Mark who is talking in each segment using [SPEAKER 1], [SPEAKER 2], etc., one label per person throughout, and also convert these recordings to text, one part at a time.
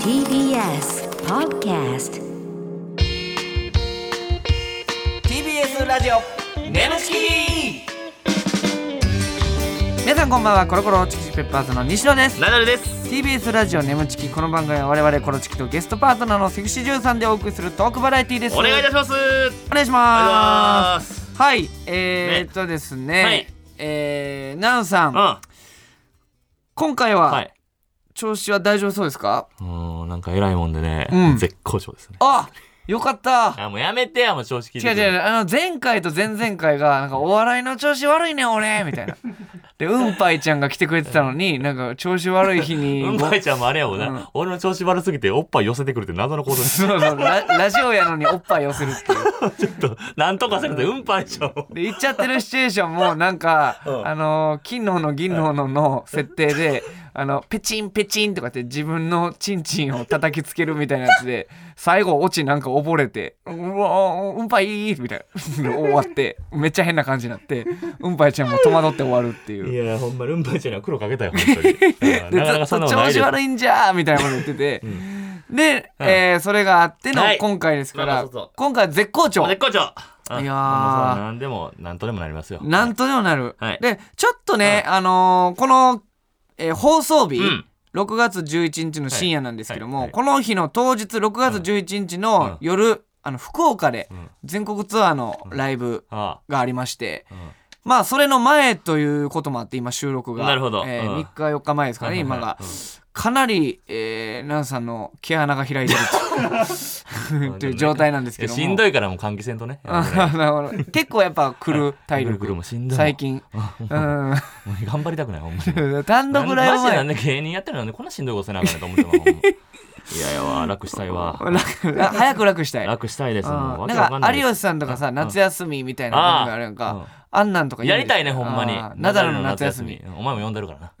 [SPEAKER 1] TBS Podcast
[SPEAKER 2] TBS ラジオネムチキ皆さんこんばんはコロコロチキチキペッパーズの西野です
[SPEAKER 3] ナダルです。
[SPEAKER 2] TBS ラジオネムチキこの番組は我々コロチキとゲストパートナーのセクシージュンさんでお送りするトークバラエティーです
[SPEAKER 3] お願いいたします。
[SPEAKER 2] お願いしま
[SPEAKER 3] お願いします。
[SPEAKER 2] すはいえ
[SPEAKER 3] ね
[SPEAKER 2] ー、っとですね、
[SPEAKER 3] はい
[SPEAKER 2] えー、ナウさん、
[SPEAKER 3] あ、
[SPEAKER 2] 今回は、
[SPEAKER 3] はい。
[SPEAKER 2] 調子は大丈夫そうですか
[SPEAKER 3] もうなんか偉いもんでね、
[SPEAKER 2] うん
[SPEAKER 3] 絶好調ですね。
[SPEAKER 2] あよかった
[SPEAKER 3] あ、もうやめてや、もう正直
[SPEAKER 2] 違う違うあの前回と前々回がなんかお笑いの調子悪いね俺みたいなでうんぱいちゃんが来てくれてたのになんか調子悪い日 に
[SPEAKER 3] うんばいちゃんもあれやもんな、
[SPEAKER 2] うん
[SPEAKER 3] 俺の調子悪すぎておっぱい寄せてくるって謎の行 動です。
[SPEAKER 2] そうそうララジオやのにおっぱい寄せるっていう
[SPEAKER 3] ちょっと、なんとかせるって、うんばいちゃんを。
[SPEAKER 2] で行っちゃってるシチュエーションもなんか、
[SPEAKER 3] うん
[SPEAKER 2] あのー金の斧銀の斧の設定であのペチンペチンとかって自分のチンチンを叩きつけるみたいなやつで最後オチなんか溺れて「うわうんぱい!」みたいな終わってめっちゃ変な感じになってうんぱいちゃんも戸惑って終わるっていう。
[SPEAKER 3] や、ほんまにうんばいちゃんには苦労かけたよ、本当 にあー
[SPEAKER 2] で
[SPEAKER 3] なかなか
[SPEAKER 2] ず
[SPEAKER 3] そ
[SPEAKER 2] っ
[SPEAKER 3] んな
[SPEAKER 2] と
[SPEAKER 3] こと
[SPEAKER 2] 調子
[SPEAKER 3] ないです。
[SPEAKER 2] 悪いんじゃーみたいなこと言ってて、で、
[SPEAKER 3] うん
[SPEAKER 2] えーそれがあっての
[SPEAKER 3] はい
[SPEAKER 2] 今回ですから、
[SPEAKER 3] そうそうそう
[SPEAKER 2] 今回は絶好調
[SPEAKER 3] もう絶好調。う
[SPEAKER 2] い
[SPEAKER 3] ん
[SPEAKER 2] やー
[SPEAKER 3] もうそうなんでも、なんとでもなりますよ。
[SPEAKER 2] なんとでもなる。
[SPEAKER 3] はい
[SPEAKER 2] で、ちょっとね、あのーこの、えー放送日、
[SPEAKER 3] うん
[SPEAKER 2] 6月11日の深夜なんですけども、
[SPEAKER 3] はいはい
[SPEAKER 2] この日の当日、6月11日の夜、あの福岡で
[SPEAKER 3] ん
[SPEAKER 2] 全国ツアーのライブ
[SPEAKER 3] あ
[SPEAKER 2] がありまして、
[SPEAKER 3] あ、うん
[SPEAKER 2] まあ、それの前ということもあって、今、収録が。
[SPEAKER 3] なるほど
[SPEAKER 2] えー
[SPEAKER 3] う
[SPEAKER 2] 3
[SPEAKER 3] ん
[SPEAKER 2] 日、4日前ですかね、
[SPEAKER 3] はいはい
[SPEAKER 2] 今
[SPEAKER 3] はい
[SPEAKER 2] が
[SPEAKER 3] う。
[SPEAKER 2] かなり、えー、ナンさんの毛穴が開いて るという状態なんです
[SPEAKER 3] い
[SPEAKER 2] け
[SPEAKER 3] や
[SPEAKER 2] ども。
[SPEAKER 3] しんどいからもう換気扇とね。
[SPEAKER 2] あなるほど結構やっぱ来る体
[SPEAKER 3] ぐるぐる
[SPEAKER 2] 力
[SPEAKER 3] もしんどいもん
[SPEAKER 2] 最近う
[SPEAKER 3] もう頑張りたくない、ほんまに。
[SPEAKER 2] ん単独ライブ
[SPEAKER 3] マジで
[SPEAKER 2] 前
[SPEAKER 3] なんで芸人やってるのにこんなしんどいことせなあかんねんと思ってたも んほんまいやいやわ楽したいわ
[SPEAKER 2] 楽早く楽したい
[SPEAKER 3] 楽したいですも
[SPEAKER 2] うん
[SPEAKER 3] う
[SPEAKER 2] なんか有吉
[SPEAKER 3] 吉
[SPEAKER 2] さんとかさ夏休みみたいな番組あるやんかあんなんとか言う
[SPEAKER 3] やりたいねほんまに
[SPEAKER 2] あーナダルの夏休み
[SPEAKER 3] お前も呼んでるから な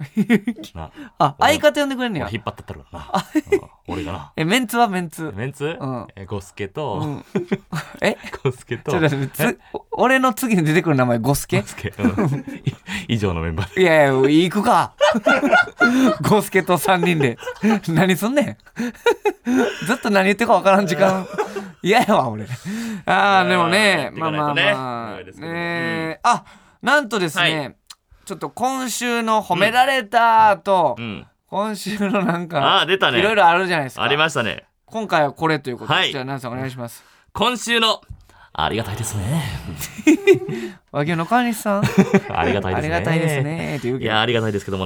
[SPEAKER 3] な
[SPEAKER 2] あ相方呼んでくれんね
[SPEAKER 3] 俺
[SPEAKER 2] や
[SPEAKER 3] 引っ張ってったるからなうん俺がな
[SPEAKER 2] えメンツはメンツ
[SPEAKER 3] メンツ
[SPEAKER 2] ん
[SPEAKER 3] えゴスケ
[SPEAKER 2] う
[SPEAKER 3] と
[SPEAKER 2] ん え
[SPEAKER 3] ゴスケと
[SPEAKER 2] ちょっと待ってつ俺の次に出てくる名前ゴスケ
[SPEAKER 3] ゴスケうん以上のメンバーで
[SPEAKER 2] いやいや行くか ゴスケと3人で何すんねんずっと何言ってるかわからん時間嫌やわ俺ああでもね
[SPEAKER 3] やってい
[SPEAKER 2] まあ
[SPEAKER 3] かない
[SPEAKER 2] まあ
[SPEAKER 3] とね
[SPEAKER 2] まあ
[SPEAKER 3] 長いですけど
[SPEAKER 2] ねあなんとですね、
[SPEAKER 3] は
[SPEAKER 2] ちょっと今週の褒められたと、
[SPEAKER 3] うん
[SPEAKER 2] 今週のなん
[SPEAKER 3] あ
[SPEAKER 2] か
[SPEAKER 3] ー出たね
[SPEAKER 2] いろいろあるじゃないですか
[SPEAKER 3] ありましたね
[SPEAKER 2] 今回はこれということで、
[SPEAKER 3] はい
[SPEAKER 2] じゃあナンさんお願いします
[SPEAKER 3] 今週のありがたいですね
[SPEAKER 2] 和牛の川西さん
[SPEAKER 3] ありがたい
[SPEAKER 2] あ
[SPEAKER 3] ですね
[SPEAKER 2] りがたいですねって言う
[SPEAKER 3] い
[SPEAKER 2] けど
[SPEAKER 3] やありがたいですけども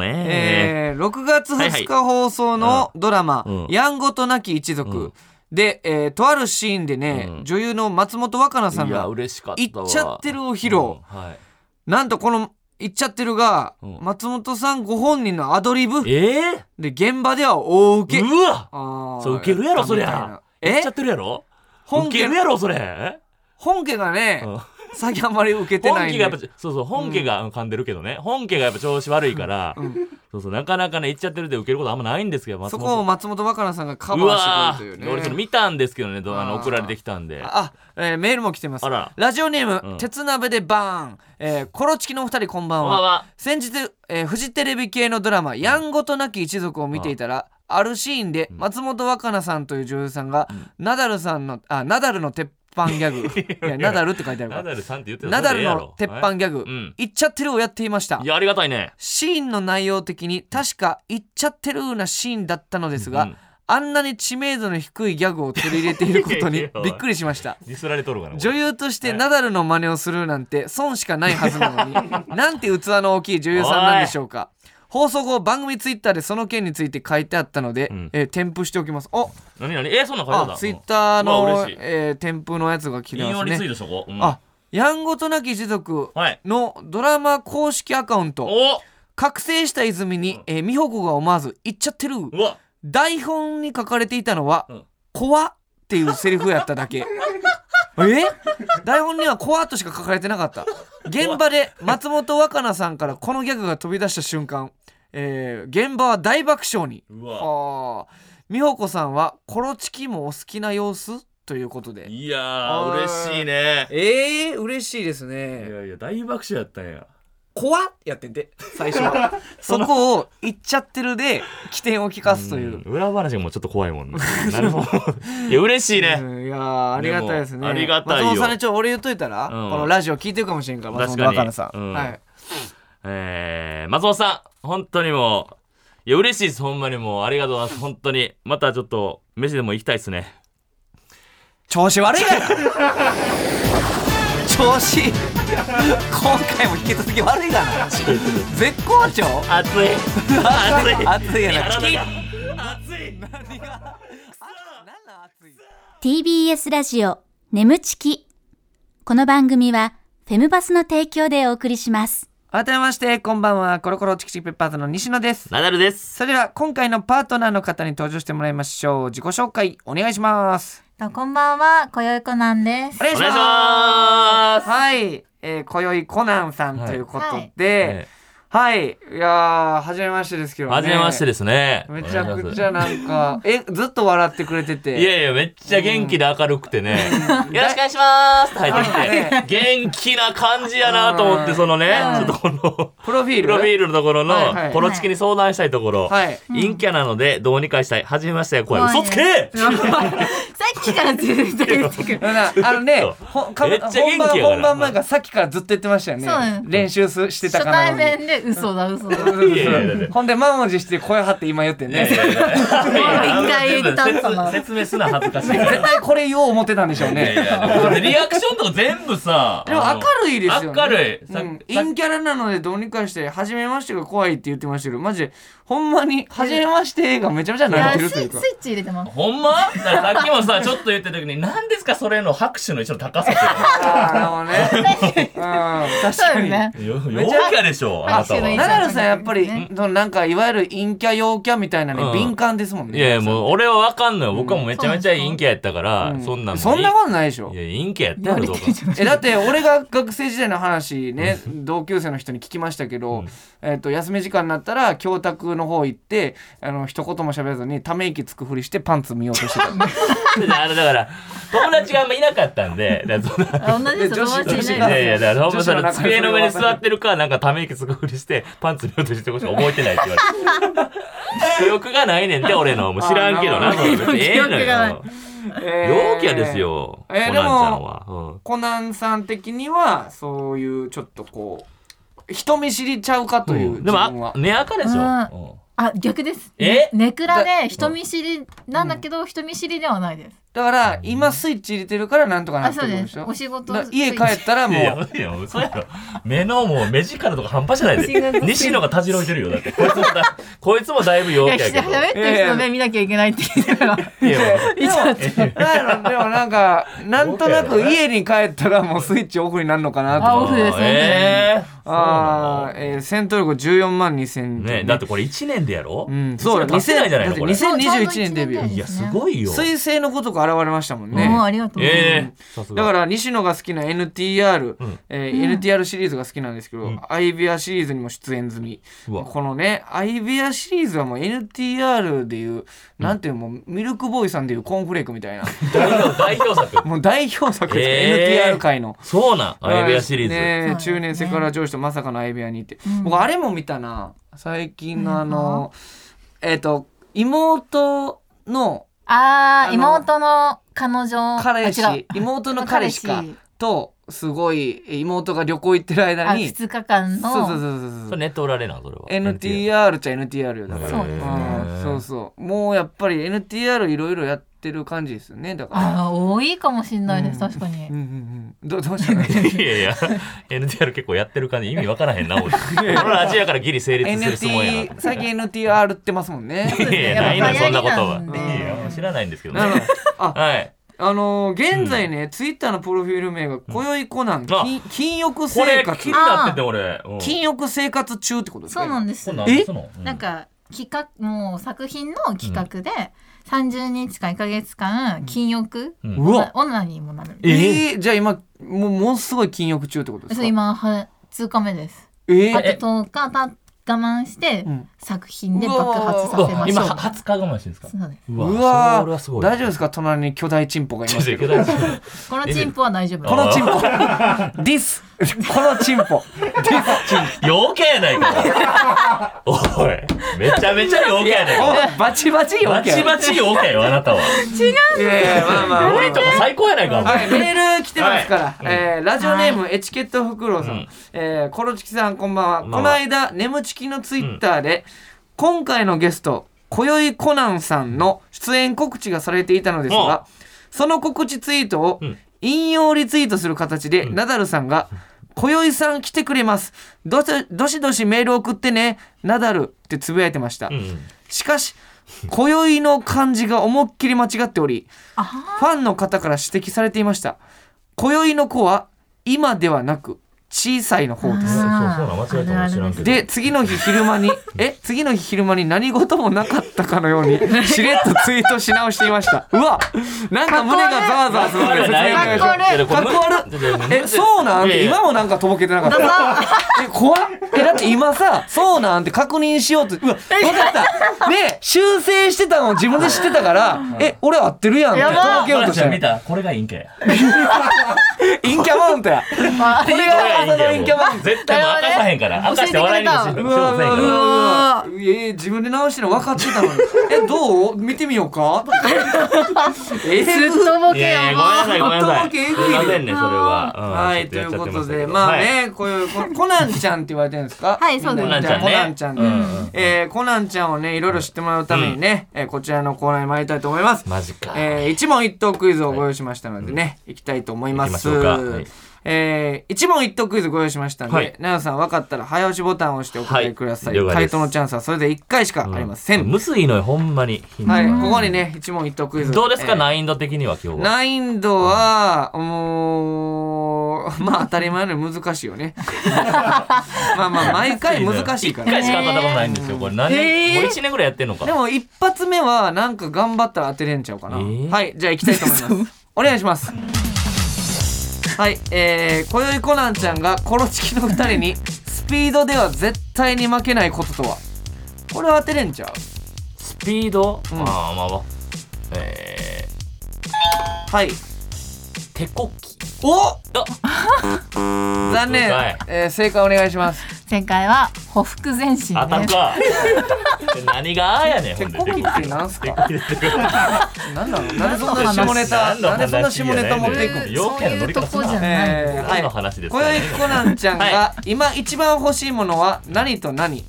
[SPEAKER 2] え
[SPEAKER 3] ね
[SPEAKER 2] ー6月
[SPEAKER 3] はいは
[SPEAKER 2] 2
[SPEAKER 3] い
[SPEAKER 2] 日放送のドラマ
[SPEAKER 3] うん
[SPEAKER 2] 「やんごとなき一族」で、えーとあるシーンでね、
[SPEAKER 3] うん
[SPEAKER 2] 女優の松本若菜さん
[SPEAKER 3] いや
[SPEAKER 2] が
[SPEAKER 3] 嬉しかった
[SPEAKER 2] 行
[SPEAKER 3] わ
[SPEAKER 2] っちゃってるを披
[SPEAKER 3] うん
[SPEAKER 2] 露、
[SPEAKER 3] はい
[SPEAKER 2] なんとこの「行っちゃってるが」
[SPEAKER 3] うん
[SPEAKER 2] 松本さんご本人のアドリブ
[SPEAKER 3] え
[SPEAKER 2] で現場では大受
[SPEAKER 3] ー
[SPEAKER 2] け、
[SPEAKER 3] うわ
[SPEAKER 2] あー
[SPEAKER 3] そう受けるやろそり
[SPEAKER 2] やったみ
[SPEAKER 3] ゃ
[SPEAKER 2] たいな
[SPEAKER 3] 言っ
[SPEAKER 2] え
[SPEAKER 3] ちゃってるやろ
[SPEAKER 2] 本
[SPEAKER 3] 受け
[SPEAKER 2] 家
[SPEAKER 3] るやろそれ
[SPEAKER 2] 本家がね、
[SPEAKER 3] うん
[SPEAKER 2] 最近あんまり受けてな
[SPEAKER 3] 本
[SPEAKER 2] いんで
[SPEAKER 3] 家がやっぱそうそう本家がうん噛んでるけどね本家がやっぱ調子悪いからそうそうなかなかね行っちゃってるで受けることあんまないんですけど松
[SPEAKER 2] そ
[SPEAKER 3] 本
[SPEAKER 2] こを松本若菜さんがカ
[SPEAKER 3] う
[SPEAKER 2] バー
[SPEAKER 3] わ
[SPEAKER 2] してくれるという
[SPEAKER 3] ー
[SPEAKER 2] ね
[SPEAKER 3] 俺それ見たんですけどねどあ
[SPEAKER 2] あ
[SPEAKER 3] の
[SPEAKER 2] ー
[SPEAKER 3] 送られてきたんで
[SPEAKER 2] あ、えーメールも来てます
[SPEAKER 3] あら
[SPEAKER 2] ラジオネーム、
[SPEAKER 3] うん
[SPEAKER 2] 鉄鍋でバーン、えーコロチキのお二人こんばん
[SPEAKER 3] こん
[SPEAKER 2] は
[SPEAKER 3] ばんは
[SPEAKER 2] 先日、えーフジテレビ系のドラマ「やんごとなき一族」を見ていたら、あるシーンで松本若菜さんという女優さんが、ナダルさんのあナダルの鉄板ギ ャグいやナダルって書いてあるから
[SPEAKER 3] ナダルさんって言ってた
[SPEAKER 2] ナダルの鉄板
[SPEAKER 3] ギ
[SPEAKER 2] ギャグ
[SPEAKER 3] う
[SPEAKER 2] 「
[SPEAKER 3] ん
[SPEAKER 2] いっちゃってる」をやっていました
[SPEAKER 3] いやありがたいね
[SPEAKER 2] シーンの内容的に確か「いっちゃってる」なシーンだったのですが、
[SPEAKER 3] うん
[SPEAKER 2] あんなに知名度の低いギャグを取り入れていることにびっくりしま した
[SPEAKER 3] ディスられとるかな
[SPEAKER 2] 女優としてナダルの真似をするなんて損しかないはずな のになんて器の大きい女優さんなんでしょうか放送後番組ツイッターでその件について書いてあったので、
[SPEAKER 3] うん
[SPEAKER 2] えー添付しておきますお
[SPEAKER 3] 何何えそんなん書いてた
[SPEAKER 2] あツイッター
[SPEAKER 3] うわ
[SPEAKER 2] の、
[SPEAKER 3] 嬉しい
[SPEAKER 2] えー添付のやつが来て
[SPEAKER 3] 引
[SPEAKER 2] ま
[SPEAKER 3] 用
[SPEAKER 2] す
[SPEAKER 3] リツイー
[SPEAKER 2] ね
[SPEAKER 3] トしとこううん
[SPEAKER 2] あやんごとなき一族
[SPEAKER 3] はい
[SPEAKER 2] のドラマ公式アカウント
[SPEAKER 3] お
[SPEAKER 2] 覚醒した泉に、えー美穂子が思わず「言っちゃってる」
[SPEAKER 3] うわ
[SPEAKER 2] 台本に書かれていたのは
[SPEAKER 3] うん
[SPEAKER 2] 「怖、っ」っていうセリフやっただけ え台本には「怖」としか書かれてなかった現場で松本若菜さんからこのギャグが飛び出した瞬間、えー現場は大爆笑に
[SPEAKER 3] う
[SPEAKER 2] あ
[SPEAKER 3] わ
[SPEAKER 2] ー美穂子さんは「コロチキもお好きな様子?」ということで
[SPEAKER 3] いやー嬉しいね
[SPEAKER 2] えー、嬉しいです
[SPEAKER 3] い
[SPEAKER 2] ね
[SPEAKER 3] やいや大爆笑やったんや
[SPEAKER 2] 怖っやってんて最初 はそこを「言っちゃってる」で起点を聞かすという
[SPEAKER 3] うん裏話がもうちょっと怖い もんねなるほどいや嬉しいね、
[SPEAKER 2] うんいやーありがたいです
[SPEAKER 3] で
[SPEAKER 2] ね
[SPEAKER 3] もありがたいよ
[SPEAKER 2] 松本さんにちょ俺言っといたら、
[SPEAKER 3] うん
[SPEAKER 2] このラジオ聞いてるかもしれんから松
[SPEAKER 3] 確
[SPEAKER 2] 本
[SPEAKER 3] かに
[SPEAKER 2] 若菜さん、
[SPEAKER 3] うん
[SPEAKER 2] はい
[SPEAKER 3] えー、松本さん本当にもういや嬉しいですほんまにもうありがとうございます本当にまたちょっと飯でも行きたいですね
[SPEAKER 2] 調子悪いから 調子今回も引き続き悪いからな絶好調
[SPEAKER 3] 熱い熱い
[SPEAKER 2] 熱いやな
[SPEAKER 3] 体が熱い
[SPEAKER 2] 何なん熱い
[SPEAKER 4] TBS ラジオ眠ちきこの番組はフェムバスの提供でお送りします
[SPEAKER 2] 改めましてこんばんはコロコロチキチキペッパーズの西野です
[SPEAKER 3] ナダルです
[SPEAKER 2] それでは今回のパートナーの方に登場してもらいましょう自己紹介お願いします
[SPEAKER 4] こんばんはこよいこなんです
[SPEAKER 2] お願
[SPEAKER 3] お
[SPEAKER 2] いし
[SPEAKER 3] 願いし
[SPEAKER 2] ます
[SPEAKER 3] ます
[SPEAKER 2] はい、えー、今宵コナンさん
[SPEAKER 3] はい
[SPEAKER 2] ということ
[SPEAKER 3] え
[SPEAKER 2] で、はい、い、やー、初めましてですけど
[SPEAKER 3] え
[SPEAKER 2] ね。
[SPEAKER 3] 初めましてですね
[SPEAKER 2] めちゃくち
[SPEAKER 3] ゃ
[SPEAKER 2] ゃなんか、え、ずっと笑ってくれてて。
[SPEAKER 3] いやいやめっちゃ元気で明るくてねよろしくお願いしますって入ってきて元気な感じやなと思っ
[SPEAKER 2] う
[SPEAKER 3] て
[SPEAKER 2] ん
[SPEAKER 3] そのね
[SPEAKER 2] うん
[SPEAKER 3] ちょっとこの
[SPEAKER 2] プロフィール
[SPEAKER 3] プロフィールのところの
[SPEAKER 2] はいはい
[SPEAKER 3] コロチキに相談したいところ、
[SPEAKER 2] はい。
[SPEAKER 3] 陰キャなのでどうにかしたい初めまして怖い
[SPEAKER 5] 怖い
[SPEAKER 3] 嘘つけ
[SPEAKER 5] さっきからずっと言ってくる。
[SPEAKER 2] だからあのね、ほか
[SPEAKER 3] め
[SPEAKER 2] 本
[SPEAKER 3] っちゃ元気やから
[SPEAKER 2] 番本番前からさっきからずっと言ってましたよね
[SPEAKER 5] そうよ。
[SPEAKER 2] 練習すしてた
[SPEAKER 5] 初
[SPEAKER 2] かなの
[SPEAKER 5] 対
[SPEAKER 2] に。
[SPEAKER 5] 面で嘘だ嘘だ。
[SPEAKER 2] そうそうそう
[SPEAKER 3] いやいやいやいや
[SPEAKER 2] ほんで満を持して声張って今言ってね
[SPEAKER 3] いやいや
[SPEAKER 5] 一回言ったんかな
[SPEAKER 3] 説説明すな恥ずかしいから
[SPEAKER 2] 絶対これ言おう思ってたんでしょう
[SPEAKER 3] いやい
[SPEAKER 2] ね
[SPEAKER 3] やリアクションとか全部さ
[SPEAKER 2] でも
[SPEAKER 3] あ
[SPEAKER 2] 明
[SPEAKER 3] の
[SPEAKER 2] るいですよね
[SPEAKER 3] 明るいさ
[SPEAKER 2] うん、
[SPEAKER 3] さ
[SPEAKER 2] 陰キャラなのでどうにかして「初めまして」が怖いって言ってましたけどマジでほんまに「初めまして」がめちゃめちゃ
[SPEAKER 5] いや
[SPEAKER 2] 慣れてる
[SPEAKER 5] ス
[SPEAKER 2] と
[SPEAKER 5] イ
[SPEAKER 2] い
[SPEAKER 5] スイ
[SPEAKER 2] うか
[SPEAKER 5] ッチ入れてます。
[SPEAKER 3] ほんまだからさっきもさちょっと言ってた時に何ですかそれの拍手の一応高さっ
[SPEAKER 2] あ あなるほどねうん確
[SPEAKER 5] そう
[SPEAKER 2] か
[SPEAKER 5] よ
[SPEAKER 2] に
[SPEAKER 5] ね。
[SPEAKER 3] てよ
[SPEAKER 2] め
[SPEAKER 3] 陽
[SPEAKER 2] ちゃ
[SPEAKER 3] キャでしょあなた
[SPEAKER 5] 拍手の
[SPEAKER 3] は
[SPEAKER 5] 一
[SPEAKER 2] ナダルさんやっぱり
[SPEAKER 5] ね
[SPEAKER 2] そのなんかいわゆる陰キャ陽キャみたいな
[SPEAKER 3] う
[SPEAKER 2] ね
[SPEAKER 3] ん
[SPEAKER 2] 敏感ですもんね
[SPEAKER 3] いやいやもう俺はわかんのよ僕はもうめちゃめちゃ
[SPEAKER 5] そうなん
[SPEAKER 3] 陰
[SPEAKER 5] です
[SPEAKER 3] キャやったから
[SPEAKER 2] う
[SPEAKER 3] そんなん
[SPEAKER 2] そんなことないでしょ
[SPEAKER 3] いや陰キャやったや
[SPEAKER 5] 言わ
[SPEAKER 3] ろ
[SPEAKER 5] れ
[SPEAKER 3] どうか
[SPEAKER 5] てるじゃない
[SPEAKER 2] えだって俺が学生時代の話ね同級生の人に聞きましたけど、
[SPEAKER 3] うん
[SPEAKER 2] えっと休み時間になったら教託の方行ってあの一言も喋らずにため息つくふりしてパンツ見ようとしてた
[SPEAKER 3] あのだから友達があんまいなかったんでだからそん な
[SPEAKER 5] あ 同じです。
[SPEAKER 2] 女
[SPEAKER 5] 友
[SPEAKER 2] 子
[SPEAKER 5] 達いないい
[SPEAKER 2] 女子
[SPEAKER 5] で
[SPEAKER 3] やいや、だからほんまそ
[SPEAKER 2] 女子の
[SPEAKER 3] の
[SPEAKER 2] 中で
[SPEAKER 3] 机の上に座ってるか、なんかため息つくふりして、パンツ見落としてほしい覚えてないって言われて。記憶がないねんって、俺の。もう知らんけど
[SPEAKER 2] あ
[SPEAKER 3] な、
[SPEAKER 2] ー
[SPEAKER 3] そんなの別にええの
[SPEAKER 5] 記憶がない
[SPEAKER 3] よ。
[SPEAKER 2] えー
[SPEAKER 3] 陽キャですよ、
[SPEAKER 2] えー
[SPEAKER 3] コナンちゃんは。
[SPEAKER 2] コナンさん的にはそういうちょっとこう人見知りちゃうかと
[SPEAKER 3] うん
[SPEAKER 2] いう、自
[SPEAKER 3] でも、あ
[SPEAKER 2] 分は、
[SPEAKER 3] 根垢でしょ。
[SPEAKER 5] うん
[SPEAKER 3] うん
[SPEAKER 5] あ逆です。
[SPEAKER 3] え
[SPEAKER 5] ネクラで人見知りなんだけど人見知りではないです。
[SPEAKER 2] だから今スイッチ入れてるからなんとかな
[SPEAKER 5] あ
[SPEAKER 2] って
[SPEAKER 5] そう
[SPEAKER 2] る
[SPEAKER 5] で
[SPEAKER 2] でし
[SPEAKER 5] す。
[SPEAKER 2] ょ
[SPEAKER 5] お仕事
[SPEAKER 2] だから家帰ったら
[SPEAKER 3] い
[SPEAKER 2] も
[SPEAKER 3] やいうや、いや、嘘やろ。目のもう目力とか半端じゃないで。西野がたじろいてるよ。だって、こいつもだ、こいつもだいぶ陽
[SPEAKER 5] い
[SPEAKER 3] キ
[SPEAKER 5] や
[SPEAKER 3] ャやけど。
[SPEAKER 5] 喋ってる人の目見なきゃいけないって言ってたから。
[SPEAKER 3] いやもう
[SPEAKER 2] でもなんやろでもなんかなんとなく家に帰ったらもうスイッチオフになるのかなと
[SPEAKER 5] あ
[SPEAKER 2] か
[SPEAKER 5] オフですね
[SPEAKER 3] えーそうなの
[SPEAKER 2] あーえー、戦闘力14万2000
[SPEAKER 3] ね、だってこれ1年でやろ
[SPEAKER 2] うん、そう
[SPEAKER 3] だ達成ないじゃないのこれ。
[SPEAKER 2] だって2021年デビュ
[SPEAKER 5] そ
[SPEAKER 2] ー
[SPEAKER 5] うそ
[SPEAKER 3] いうや、すごいよ。
[SPEAKER 2] 彗星のごとく現れましたもんね、
[SPEAKER 5] もうありがとう。
[SPEAKER 3] ええさす
[SPEAKER 2] だか
[SPEAKER 3] が。
[SPEAKER 2] ら西野が好きな NTR、
[SPEAKER 3] うん
[SPEAKER 2] えー NTR シリーズが好きなんですけど、
[SPEAKER 3] うん
[SPEAKER 2] アイビアシリーズにも出演済み
[SPEAKER 3] うわ
[SPEAKER 2] このねアイビアシリーズはもう NTR でいう、なんていうもうミルクボーイさんでいうコーンフレークみたいな
[SPEAKER 3] 代表、代表作。
[SPEAKER 2] もう代表作です、
[SPEAKER 3] えー
[SPEAKER 2] NTR 界の。
[SPEAKER 3] そうなん、アイビアシリーズ。
[SPEAKER 2] ねえ
[SPEAKER 5] そう
[SPEAKER 2] 中年セクハラ上司とまさかの相部屋にいて、
[SPEAKER 5] ん
[SPEAKER 2] 僕あれも見たな最近のあ
[SPEAKER 5] なん
[SPEAKER 2] の、えっ、と妹の
[SPEAKER 5] あ
[SPEAKER 2] あ
[SPEAKER 5] あ
[SPEAKER 2] の
[SPEAKER 5] 妹の彼女。
[SPEAKER 2] 彼
[SPEAKER 5] あ違
[SPEAKER 2] 氏
[SPEAKER 5] う。
[SPEAKER 2] 妹の彼氏か
[SPEAKER 5] 彼氏
[SPEAKER 2] とすごい妹が旅行行ってる間
[SPEAKER 5] あ
[SPEAKER 2] に
[SPEAKER 5] 二日間
[SPEAKER 2] そうそう
[SPEAKER 5] の。
[SPEAKER 2] そうそうそ
[SPEAKER 3] そ
[SPEAKER 2] う
[SPEAKER 3] れネットおられな、それは。
[SPEAKER 2] NTR っちゃ NTR よだから
[SPEAKER 5] そうです
[SPEAKER 3] ね
[SPEAKER 2] んそうそうもうやっぱり NTR いろいろやってる感じですよねだから
[SPEAKER 5] ああ多いかもしれないです
[SPEAKER 2] うん
[SPEAKER 5] 確かに
[SPEAKER 2] うん。うんうんどどうしたの
[SPEAKER 3] いやいや、NTR 結構やってる感じ、意味わからへんな、俺。このラジオやからギリ成立する質問や
[SPEAKER 2] NT
[SPEAKER 3] な。
[SPEAKER 2] 最近 NTR ってますもんね
[SPEAKER 3] いやいや、ないの、そんなことは。
[SPEAKER 5] 流行りなん
[SPEAKER 2] で
[SPEAKER 3] いやいや、知らないんですけど
[SPEAKER 2] なるほ
[SPEAKER 3] ね。
[SPEAKER 2] どあ
[SPEAKER 3] はい。
[SPEAKER 2] あのー、現在ね、ツイッターのプロフィール名が「今宵コナン、金禁欲
[SPEAKER 3] こ
[SPEAKER 2] 生
[SPEAKER 3] れ、気
[SPEAKER 2] 活
[SPEAKER 3] になってて、俺。うん
[SPEAKER 2] 禁欲生活中」ってことですか
[SPEAKER 5] そうなん
[SPEAKER 2] で
[SPEAKER 5] です
[SPEAKER 3] こん
[SPEAKER 5] よ
[SPEAKER 3] なん
[SPEAKER 2] え
[SPEAKER 3] そのう
[SPEAKER 5] なんか企画もう作品の企画で30日間1か月間禁欲、
[SPEAKER 3] うん
[SPEAKER 2] うわ
[SPEAKER 5] オナニーもなる
[SPEAKER 2] え
[SPEAKER 3] え
[SPEAKER 2] ーじゃあ今もうものすごい禁欲中ってことです
[SPEAKER 5] そ
[SPEAKER 2] か
[SPEAKER 5] う今は通過目です
[SPEAKER 2] え
[SPEAKER 5] あと
[SPEAKER 2] ー、
[SPEAKER 5] 10日た我慢して
[SPEAKER 2] うん
[SPEAKER 5] 作品で爆発させまし
[SPEAKER 3] 今、
[SPEAKER 5] ょう
[SPEAKER 3] は20日我慢してるんですか
[SPEAKER 5] そうです
[SPEAKER 3] う
[SPEAKER 2] うわ
[SPEAKER 3] それはす
[SPEAKER 2] ー
[SPEAKER 3] ごい。
[SPEAKER 2] 大丈夫ですすか隣に巨大チンポがいま
[SPEAKER 3] か
[SPEAKER 2] すけど
[SPEAKER 5] このチンポは大丈夫
[SPEAKER 2] このチンポ ディス このチンポ。This チン
[SPEAKER 3] 陽キャやないか。おい、めちゃめちゃ陽キャやない
[SPEAKER 2] ポ。
[SPEAKER 3] か。
[SPEAKER 2] おバチバチよ。
[SPEAKER 3] バチバチ陽キャよ、あなたは。
[SPEAKER 2] チ。いやいや、まあ まあ。
[SPEAKER 3] 俺とか最高やないか、お前
[SPEAKER 2] はい、メール来てますから、
[SPEAKER 3] はい
[SPEAKER 2] えーラジオネームエチケットフクロウさん、
[SPEAKER 3] うん
[SPEAKER 2] えーコロチキさんこんばんは、
[SPEAKER 3] こ
[SPEAKER 2] こ
[SPEAKER 3] んばんは
[SPEAKER 2] の間眠ちきのツイッターで、今回のゲスト今宵コナンさんの出演告知がされていたのですが、その告知ツイートを
[SPEAKER 3] うん
[SPEAKER 2] 引用リツイートする形で、ナダルさんが「今宵さん来てくれますどしどしどしメール送ってねナダル」ってつぶやいてました、
[SPEAKER 3] うん
[SPEAKER 2] しかし今宵の漢字が思いっきり間違っておりファンの方から指摘されていました今宵の子は今ではなく小さいの方です
[SPEAKER 3] そうそうそうなん間違えたの知らんけど。
[SPEAKER 2] で次の日昼間にえ次の日昼間に何事もなかったかのようにしれっとツイートし直していましたうわなんか胸がざわざわするんで説明お願いします
[SPEAKER 3] これ
[SPEAKER 2] かっこ悪
[SPEAKER 3] いやこれ
[SPEAKER 2] えそうなん
[SPEAKER 3] いやいや
[SPEAKER 2] 今もなんかとぼけてなかった え怖っえだって今さそうなんて確認しようとうわ分かったね修正してたのを自分で知ってたからえ俺合ってるやんってと
[SPEAKER 5] やば
[SPEAKER 2] ぼけようとして
[SPEAKER 3] 見 たこれがいいんけ。
[SPEAKER 2] 陰キャマウントや。これ が朝の陰キャマウント。
[SPEAKER 3] 絶対もう明かさへんから。明かして笑いにもし
[SPEAKER 5] 教えて
[SPEAKER 3] よう
[SPEAKER 5] く
[SPEAKER 2] う
[SPEAKER 3] と
[SPEAKER 2] わう
[SPEAKER 3] せ
[SPEAKER 2] わう
[SPEAKER 3] ん
[SPEAKER 2] わ
[SPEAKER 3] か
[SPEAKER 2] うわえー、自分で直してるの分かってたのに。え、どう見てみようか えー
[SPEAKER 5] ずっと
[SPEAKER 3] ら。
[SPEAKER 5] ボ
[SPEAKER 3] い
[SPEAKER 5] ケ
[SPEAKER 3] やいや、
[SPEAKER 5] や
[SPEAKER 3] ごめんなさい、ごめんなさ
[SPEAKER 2] 本当
[SPEAKER 3] い。
[SPEAKER 2] ボケえ
[SPEAKER 3] すい
[SPEAKER 2] ぐいね
[SPEAKER 3] ませんね、それは。うん
[SPEAKER 2] はい、
[SPEAKER 3] ち
[SPEAKER 2] と
[SPEAKER 3] ょ
[SPEAKER 2] い
[SPEAKER 3] っ
[SPEAKER 2] うこ
[SPEAKER 3] やっちゃって
[SPEAKER 2] と
[SPEAKER 3] すけ
[SPEAKER 2] で、
[SPEAKER 3] ど
[SPEAKER 2] まあ
[SPEAKER 3] はい
[SPEAKER 2] ね、こういう、 こコナンちゃんって言われてるんですか
[SPEAKER 5] はいそうです
[SPEAKER 2] みな
[SPEAKER 3] コナンちゃ
[SPEAKER 2] コナンちゃん
[SPEAKER 3] んね
[SPEAKER 2] ね
[SPEAKER 3] うん
[SPEAKER 2] えーコナンちゃんをね、いろいろ知ってもらうためにね、えーこちらのコーナーに参りたいと思います。
[SPEAKER 3] マジか。
[SPEAKER 2] えー一問一答クイズをご用意しましたのでね、行きたいと思いま
[SPEAKER 3] 行き
[SPEAKER 2] す。
[SPEAKER 3] ましょうかはい
[SPEAKER 2] えー一問一答クイズご用意しましたの
[SPEAKER 3] は
[SPEAKER 2] で、
[SPEAKER 3] い
[SPEAKER 2] 奈、良、さん分かったら早押しボタンを押してお答えくださ
[SPEAKER 3] はい
[SPEAKER 2] い。
[SPEAKER 3] 了解で
[SPEAKER 2] 回
[SPEAKER 3] す
[SPEAKER 2] 答のチャンスはそれで1回しかありません。
[SPEAKER 3] むずいのよ、ほんまに。
[SPEAKER 2] はい、ここにね、一問一答クイズ。
[SPEAKER 3] どうですか、
[SPEAKER 2] えー
[SPEAKER 3] 難易度的には今日は。
[SPEAKER 2] 難易度は、もう、まあ当たり前のように難しいよ ね。まあまあ、毎回難しいから
[SPEAKER 3] 一。回しか当たったことないんですよ、これ。何年、もう一年ぐらいやってんのか
[SPEAKER 2] で。も一発目はなんか頑張ったら当てれんちゃうかな、
[SPEAKER 3] えー
[SPEAKER 2] はいじゃあ行きたいと思います お願いしますはいえー、今宵コナンちゃんがコロチキの2人にスピードでは絶対に負けないこととはこれは当てれんちゃう
[SPEAKER 3] スピード
[SPEAKER 2] うん
[SPEAKER 3] ああ、まあまあ。えー
[SPEAKER 2] はい
[SPEAKER 3] 手こき。
[SPEAKER 2] お残念
[SPEAKER 3] そうかい、
[SPEAKER 2] えー正解お願いします
[SPEAKER 5] 正解はほふく前進
[SPEAKER 3] 当たっ
[SPEAKER 5] です
[SPEAKER 3] た。何があやねん、
[SPEAKER 2] 手
[SPEAKER 3] ほんで
[SPEAKER 2] こきってなんすか なんなのなんでそんな下ネタ
[SPEAKER 3] 何の話
[SPEAKER 2] なんでそんな下ネタ持っていく
[SPEAKER 5] そ
[SPEAKER 2] の
[SPEAKER 5] う
[SPEAKER 3] 要件の
[SPEAKER 5] い
[SPEAKER 3] 乗
[SPEAKER 5] う
[SPEAKER 3] り
[SPEAKER 5] と
[SPEAKER 3] 方す
[SPEAKER 5] こ
[SPEAKER 3] な
[SPEAKER 5] じゃない
[SPEAKER 2] えー
[SPEAKER 3] 何の話です
[SPEAKER 2] 今
[SPEAKER 3] かね
[SPEAKER 2] 宵コナンちゃん
[SPEAKER 3] は
[SPEAKER 2] が今一番欲しいものは何と何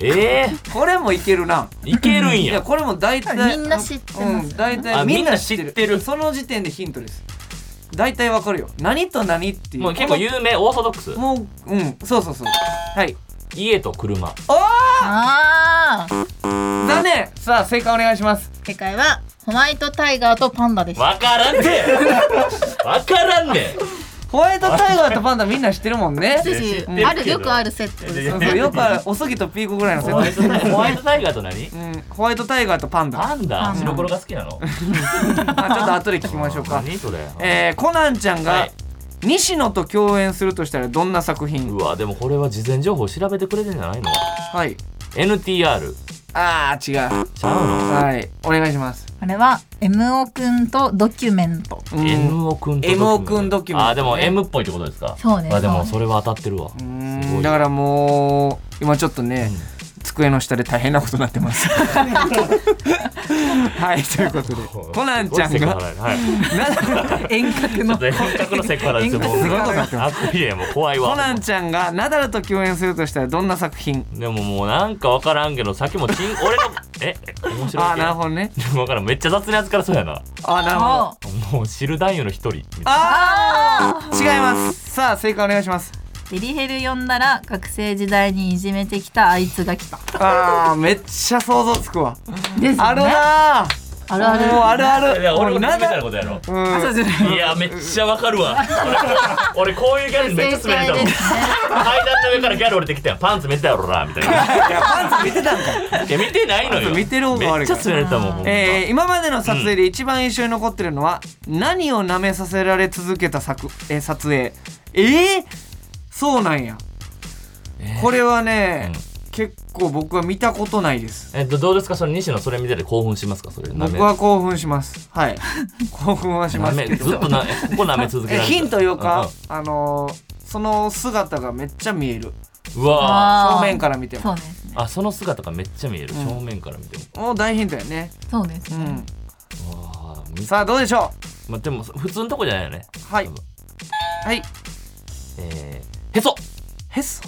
[SPEAKER 3] え
[SPEAKER 2] これもいけるな。
[SPEAKER 3] えいけるん
[SPEAKER 2] いや
[SPEAKER 3] や。
[SPEAKER 2] これも大体
[SPEAKER 5] みんな知ってますよね
[SPEAKER 2] うん、大
[SPEAKER 3] あ
[SPEAKER 2] 体
[SPEAKER 3] みんな知ってる
[SPEAKER 2] その時点でヒントです。大体わかるよ。何と何っていう。
[SPEAKER 3] もう結構有名、オーソドックス
[SPEAKER 2] こ。のもううんそうそうそう。はい。
[SPEAKER 3] 家と車。
[SPEAKER 5] ああ
[SPEAKER 2] 残念。さあ正解お願いします。
[SPEAKER 5] 正解はホワイトタイガーとパンダです
[SPEAKER 3] わからんねん。わからんねん。
[SPEAKER 2] ホワイトタイガーとパンダみんな知ってるもん ね。
[SPEAKER 5] 知ってる
[SPEAKER 3] 知ってるけど
[SPEAKER 5] あるよくあるセットです
[SPEAKER 2] そうそうよくあるおすぎとピーコぐらいの
[SPEAKER 3] ホ
[SPEAKER 2] 説
[SPEAKER 3] ワイ
[SPEAKER 2] 明
[SPEAKER 3] トタイガーホワイトタイガーと何
[SPEAKER 2] うん、ホワイトタイガーとパンダ。
[SPEAKER 3] パン
[SPEAKER 5] パン
[SPEAKER 3] ダ
[SPEAKER 5] ダ
[SPEAKER 3] 白黒が好きなの
[SPEAKER 2] あちょっと後で聞きましょうか。
[SPEAKER 3] 何それ
[SPEAKER 2] えー、コナンちゃん
[SPEAKER 3] は
[SPEAKER 2] が
[SPEAKER 3] い
[SPEAKER 2] 西野と共演するとしたらどんな作品
[SPEAKER 3] うわでもこれは事前情報調べてくれてんじゃないの
[SPEAKER 2] はい。
[SPEAKER 3] NTR
[SPEAKER 2] あー、違う。
[SPEAKER 3] ちゃうの
[SPEAKER 2] はい。お願いします。
[SPEAKER 5] あれは MO くんとドキュメント
[SPEAKER 2] うん
[SPEAKER 3] MO 君と
[SPEAKER 2] MO 君ドキュメントね
[SPEAKER 3] あでも M っぽいってことですか
[SPEAKER 5] そうです
[SPEAKER 3] あでもそれは当たってるわ
[SPEAKER 2] う
[SPEAKER 3] す
[SPEAKER 2] ー
[SPEAKER 3] ご
[SPEAKER 2] ん
[SPEAKER 3] い
[SPEAKER 2] だからもう今ちょっとね、
[SPEAKER 3] うん
[SPEAKER 2] 机の下で大変なことになってます はいという ことでコナンちゃん
[SPEAKER 3] すごいセクハ
[SPEAKER 2] が
[SPEAKER 3] ラやはい
[SPEAKER 5] 遠隔
[SPEAKER 3] ちょ っと本格のセクハラですよもう
[SPEAKER 2] すごいことになってま
[SPEAKER 3] アクリエもう怖い
[SPEAKER 2] コ
[SPEAKER 3] わ
[SPEAKER 2] ナンちゃんがナダルと共演するとしたらどんな作品
[SPEAKER 3] でももうなんかわからんけどさっきもちん俺のえ面白い
[SPEAKER 2] ああなるほどね
[SPEAKER 3] どわからんめっちゃ雑なやつからそうやな
[SPEAKER 2] ああなるほど
[SPEAKER 3] もう知る男優の一人みたいな
[SPEAKER 2] ああ違いますさあ正解お願いします
[SPEAKER 5] デリヘル呼んだら学生時代にいじめてきたあいつが来た
[SPEAKER 2] ああめっちゃ想像つくわ
[SPEAKER 5] です
[SPEAKER 2] あ
[SPEAKER 5] よ
[SPEAKER 2] る
[SPEAKER 5] ね
[SPEAKER 2] なー
[SPEAKER 5] あるある
[SPEAKER 2] もうあるあ
[SPEAKER 3] い
[SPEAKER 2] る
[SPEAKER 3] や俺も
[SPEAKER 2] ナ
[SPEAKER 3] ナダ
[SPEAKER 2] ダ
[SPEAKER 3] ルことやろ
[SPEAKER 2] うん
[SPEAKER 5] そうです
[SPEAKER 3] いやめっちゃわかる わ俺俺こういうギャルめっちゃ滑れたもん
[SPEAKER 5] 正解です
[SPEAKER 3] 階段の上からギャル降りてきたやんパンツ見てたやろなみたいない
[SPEAKER 2] やパンツ見てたんか
[SPEAKER 3] や見てないのよ
[SPEAKER 2] パンツ見てる方が
[SPEAKER 3] め
[SPEAKER 2] 悪
[SPEAKER 3] っ
[SPEAKER 2] い
[SPEAKER 3] ち
[SPEAKER 2] か
[SPEAKER 3] ゃ
[SPEAKER 2] ら
[SPEAKER 3] 滑れたもんほんま
[SPEAKER 2] えー、今までの撮影で一番印象に残ってるのは、何を舐めさせられ続けた作、えー撮影えー、そうなんや、これはね、結構僕は見たことないです
[SPEAKER 3] えっとどうですかその西野それ見てて興奮しますかそれなめ
[SPEAKER 2] 僕は興奮しますはい興奮はしま
[SPEAKER 3] な
[SPEAKER 2] す
[SPEAKER 3] め
[SPEAKER 2] け
[SPEAKER 3] ず
[SPEAKER 2] ど
[SPEAKER 3] っとなえここ舐め続け
[SPEAKER 2] え
[SPEAKER 3] られた
[SPEAKER 2] ヒント言おうか
[SPEAKER 3] ん、
[SPEAKER 2] あのーその姿がめっちゃ見える
[SPEAKER 3] うわ
[SPEAKER 5] あー
[SPEAKER 2] 正面から見て
[SPEAKER 5] そ
[SPEAKER 2] も
[SPEAKER 5] うですね
[SPEAKER 3] ーあその姿がめっちゃ見える、
[SPEAKER 2] うん
[SPEAKER 3] 正面から見ても
[SPEAKER 2] もう大ヒントやね
[SPEAKER 5] そうです
[SPEAKER 2] う
[SPEAKER 5] ね、
[SPEAKER 2] ん
[SPEAKER 3] わーみ
[SPEAKER 2] さあどうでしょ
[SPEAKER 3] まあ、でも普通のとこじゃないよね
[SPEAKER 2] うはい
[SPEAKER 3] 多分
[SPEAKER 2] はい
[SPEAKER 3] えー、へそ
[SPEAKER 2] へっそ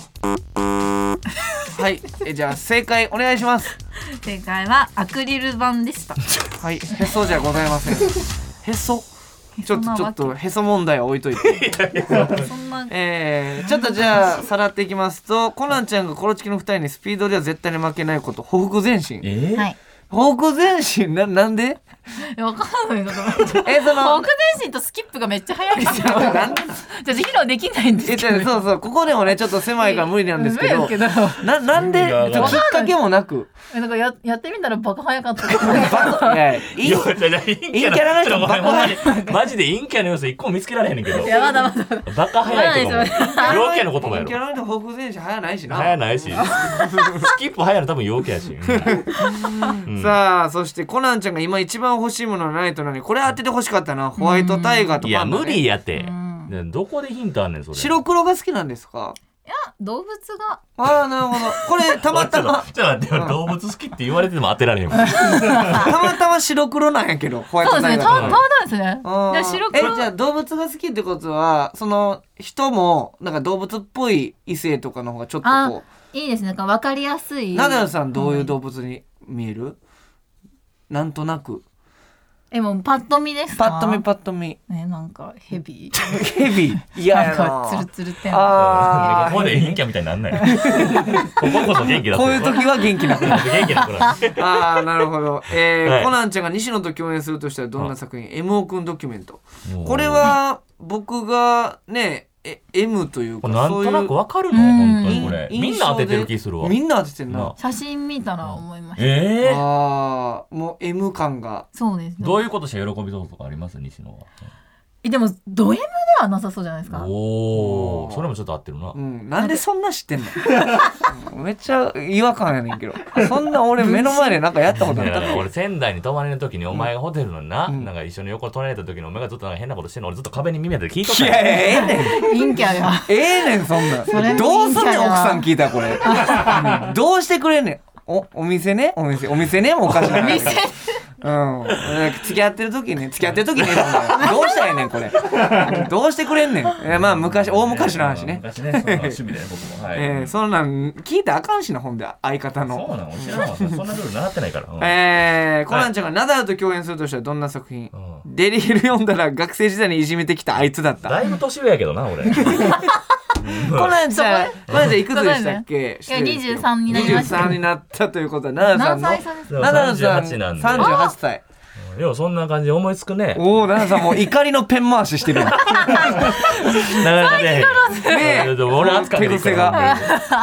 [SPEAKER 2] はいえじゃあ正解お願いします
[SPEAKER 5] 正解はアクリル板でした
[SPEAKER 2] はいへそじゃございませんへそちょっとちょっとへそ問題は置いといて
[SPEAKER 5] そんな
[SPEAKER 2] えー、ちょっとじゃあさらっていきますとコナンちゃんがコロチキの二人にスピードでは絶対に負けないことほふく前進
[SPEAKER 3] え
[SPEAKER 5] はい
[SPEAKER 2] ほふく前進ななんで
[SPEAKER 5] わかんないことが北
[SPEAKER 2] えその
[SPEAKER 5] 前進とスキップがめっちゃ速いんですよじゃ
[SPEAKER 2] なんで
[SPEAKER 5] あ披露できないんです
[SPEAKER 2] え
[SPEAKER 5] け
[SPEAKER 2] じゃあ
[SPEAKER 5] ど
[SPEAKER 2] そうそうここでもねちょっと狭いから無理なんですけ
[SPEAKER 5] 無
[SPEAKER 2] ど
[SPEAKER 5] 理ですけど
[SPEAKER 2] ななんで
[SPEAKER 3] 意味がわから
[SPEAKER 5] ない
[SPEAKER 2] きっかけもなく
[SPEAKER 5] えなんかややってみたらバカ早かった
[SPEAKER 2] バ カいやい
[SPEAKER 3] い
[SPEAKER 2] い
[SPEAKER 3] やいやいや陰キャ
[SPEAKER 2] 陰キャラ
[SPEAKER 3] な
[SPEAKER 2] な
[SPEAKER 3] 人
[SPEAKER 2] 人
[SPEAKER 3] マ
[SPEAKER 2] バカ
[SPEAKER 3] ジマジで陰キャの要素一個も見つけられへんねんけど
[SPEAKER 5] いやまだまだ
[SPEAKER 3] バカ早いとかも陽キャの言葉や
[SPEAKER 2] 陰キャ
[SPEAKER 3] ろ
[SPEAKER 2] ラの人抱負前進早ないしな
[SPEAKER 3] 早ないしスキップ早いの多分陽キャやし、うんう ん
[SPEAKER 2] さあそしてコナンちゃんが今一番欲しいものはないとなにこれ当てて欲しかったなホワイトタイガーと
[SPEAKER 3] い
[SPEAKER 2] パ
[SPEAKER 3] や
[SPEAKER 2] ンダ、ね、
[SPEAKER 3] 無理やて
[SPEAKER 5] うん
[SPEAKER 3] でどこでヒントあんねんそれ
[SPEAKER 2] 白黒が好きなんですか
[SPEAKER 5] 動物が
[SPEAKER 2] ああなるほどこれたまた ま
[SPEAKER 3] ちょっと待って俺動物好きって言われてても当てられへんもん
[SPEAKER 2] たまたま白黒なんやけどホワイ
[SPEAKER 5] そう
[SPEAKER 2] ト
[SPEAKER 5] で
[SPEAKER 2] タ
[SPEAKER 5] す
[SPEAKER 2] イ
[SPEAKER 5] ねた
[SPEAKER 2] ガー
[SPEAKER 5] た
[SPEAKER 2] とパ
[SPEAKER 5] また
[SPEAKER 2] ンダ
[SPEAKER 5] まですね
[SPEAKER 2] あー
[SPEAKER 5] じゃあ白黒
[SPEAKER 2] えじゃあ動物が好きってことはその人もなんか動物っぽい異性とかの方がちょっとこ
[SPEAKER 5] いいですねなんか分かりやす
[SPEAKER 2] う
[SPEAKER 5] い
[SPEAKER 2] ナダルさんどういう動物に見える、なんとなく
[SPEAKER 5] えもうパッと見です
[SPEAKER 2] パ
[SPEAKER 5] か
[SPEAKER 2] ッと見パッと見
[SPEAKER 5] ねなんかヘビ
[SPEAKER 2] ヘビー嫌
[SPEAKER 5] な
[SPEAKER 2] や
[SPEAKER 5] ん
[SPEAKER 2] な
[SPEAKER 5] かツルツルって
[SPEAKER 2] あー
[SPEAKER 3] ここで陰キャみたいになんないこここそ元気だ
[SPEAKER 2] こういう時は元気な子
[SPEAKER 3] 元気な子なんで
[SPEAKER 2] ああなるほど、えー
[SPEAKER 3] はい
[SPEAKER 2] コナンちゃんが西野と共演するとしたらどんな作品「M 君ドキュメント」
[SPEAKER 3] も う
[SPEAKER 2] これは僕がねえ M というか
[SPEAKER 3] これなん
[SPEAKER 2] そう
[SPEAKER 3] と
[SPEAKER 2] いう
[SPEAKER 3] なくわかるの
[SPEAKER 5] うん
[SPEAKER 3] 本当にこれ
[SPEAKER 2] 印
[SPEAKER 3] みんな当ててる気するわ
[SPEAKER 2] みんな当ててんな
[SPEAKER 3] な
[SPEAKER 5] 写真見たら思いました
[SPEAKER 3] えー
[SPEAKER 2] あーもう M 感が
[SPEAKER 5] そうですね
[SPEAKER 3] どういうことして喜びそうとかあります西野
[SPEAKER 5] えでもド M ではなさそうじゃないです
[SPEAKER 3] は
[SPEAKER 5] か
[SPEAKER 3] お
[SPEAKER 2] お
[SPEAKER 3] お
[SPEAKER 2] ー
[SPEAKER 3] それもちょっと合ってるな
[SPEAKER 2] うん、なんでそんな知って んのうんめっちゃ違和感やねんけどそんな俺目の前でなんかやったこと
[SPEAKER 3] い
[SPEAKER 2] な
[SPEAKER 3] や
[SPEAKER 2] かっ
[SPEAKER 3] だか
[SPEAKER 2] た
[SPEAKER 3] ら俺仙台に泊まりの時にお前がホテルのな、
[SPEAKER 2] うん
[SPEAKER 3] なんか一緒に横取られた時にお前がずっとなんか変なことしてんの俺ずっと壁に耳当てて聞いとっ
[SPEAKER 2] い
[SPEAKER 3] た
[SPEAKER 2] やいや
[SPEAKER 3] やん
[SPEAKER 2] ええねん
[SPEAKER 5] 陰キャでは
[SPEAKER 2] ええねんそんなん
[SPEAKER 5] れも
[SPEAKER 2] ど
[SPEAKER 5] いいん
[SPEAKER 2] うす
[SPEAKER 5] じゃ
[SPEAKER 2] ん
[SPEAKER 5] な
[SPEAKER 2] ね
[SPEAKER 5] い
[SPEAKER 2] ん奥さん聞いたらこれうんどうしてくれんねんおお店ねお店お店ねもうおかしくないからうん、なんか付き合ってる時ね付き合ってる時ねそんなんどうしたらええねんこれどうしてくれんねんえまあ昔大昔の話ね、
[SPEAKER 3] 昔ねそんな趣味で僕もはい
[SPEAKER 2] えー、そんなん聞いたらあかんしなほんで相方の
[SPEAKER 3] そうなの知らなかったそんなルール習ってないから、うん
[SPEAKER 2] えー、コナンちゃんがナダルと共演するとしたらどんな作品、
[SPEAKER 3] う
[SPEAKER 2] デリヘル読んだら学生時代にいじめてきたあいつだった
[SPEAKER 3] だいぶ年上やけどな俺うん
[SPEAKER 2] コナンちゃんコナンちゃんいくつでしたっけ
[SPEAKER 5] いや23になりました
[SPEAKER 2] 23になったということはナダル
[SPEAKER 5] 何
[SPEAKER 2] さ
[SPEAKER 5] 歳
[SPEAKER 2] んの
[SPEAKER 3] で
[SPEAKER 5] 差ですか
[SPEAKER 3] も
[SPEAKER 2] ナダルさん
[SPEAKER 3] 38なんで
[SPEAKER 2] 38歳
[SPEAKER 3] ようそんな感じで思いつくね
[SPEAKER 2] おおナダルさんもう怒りのペン回ししてる ね
[SPEAKER 3] なかなかね
[SPEAKER 2] え
[SPEAKER 3] でも俺圧かけていくから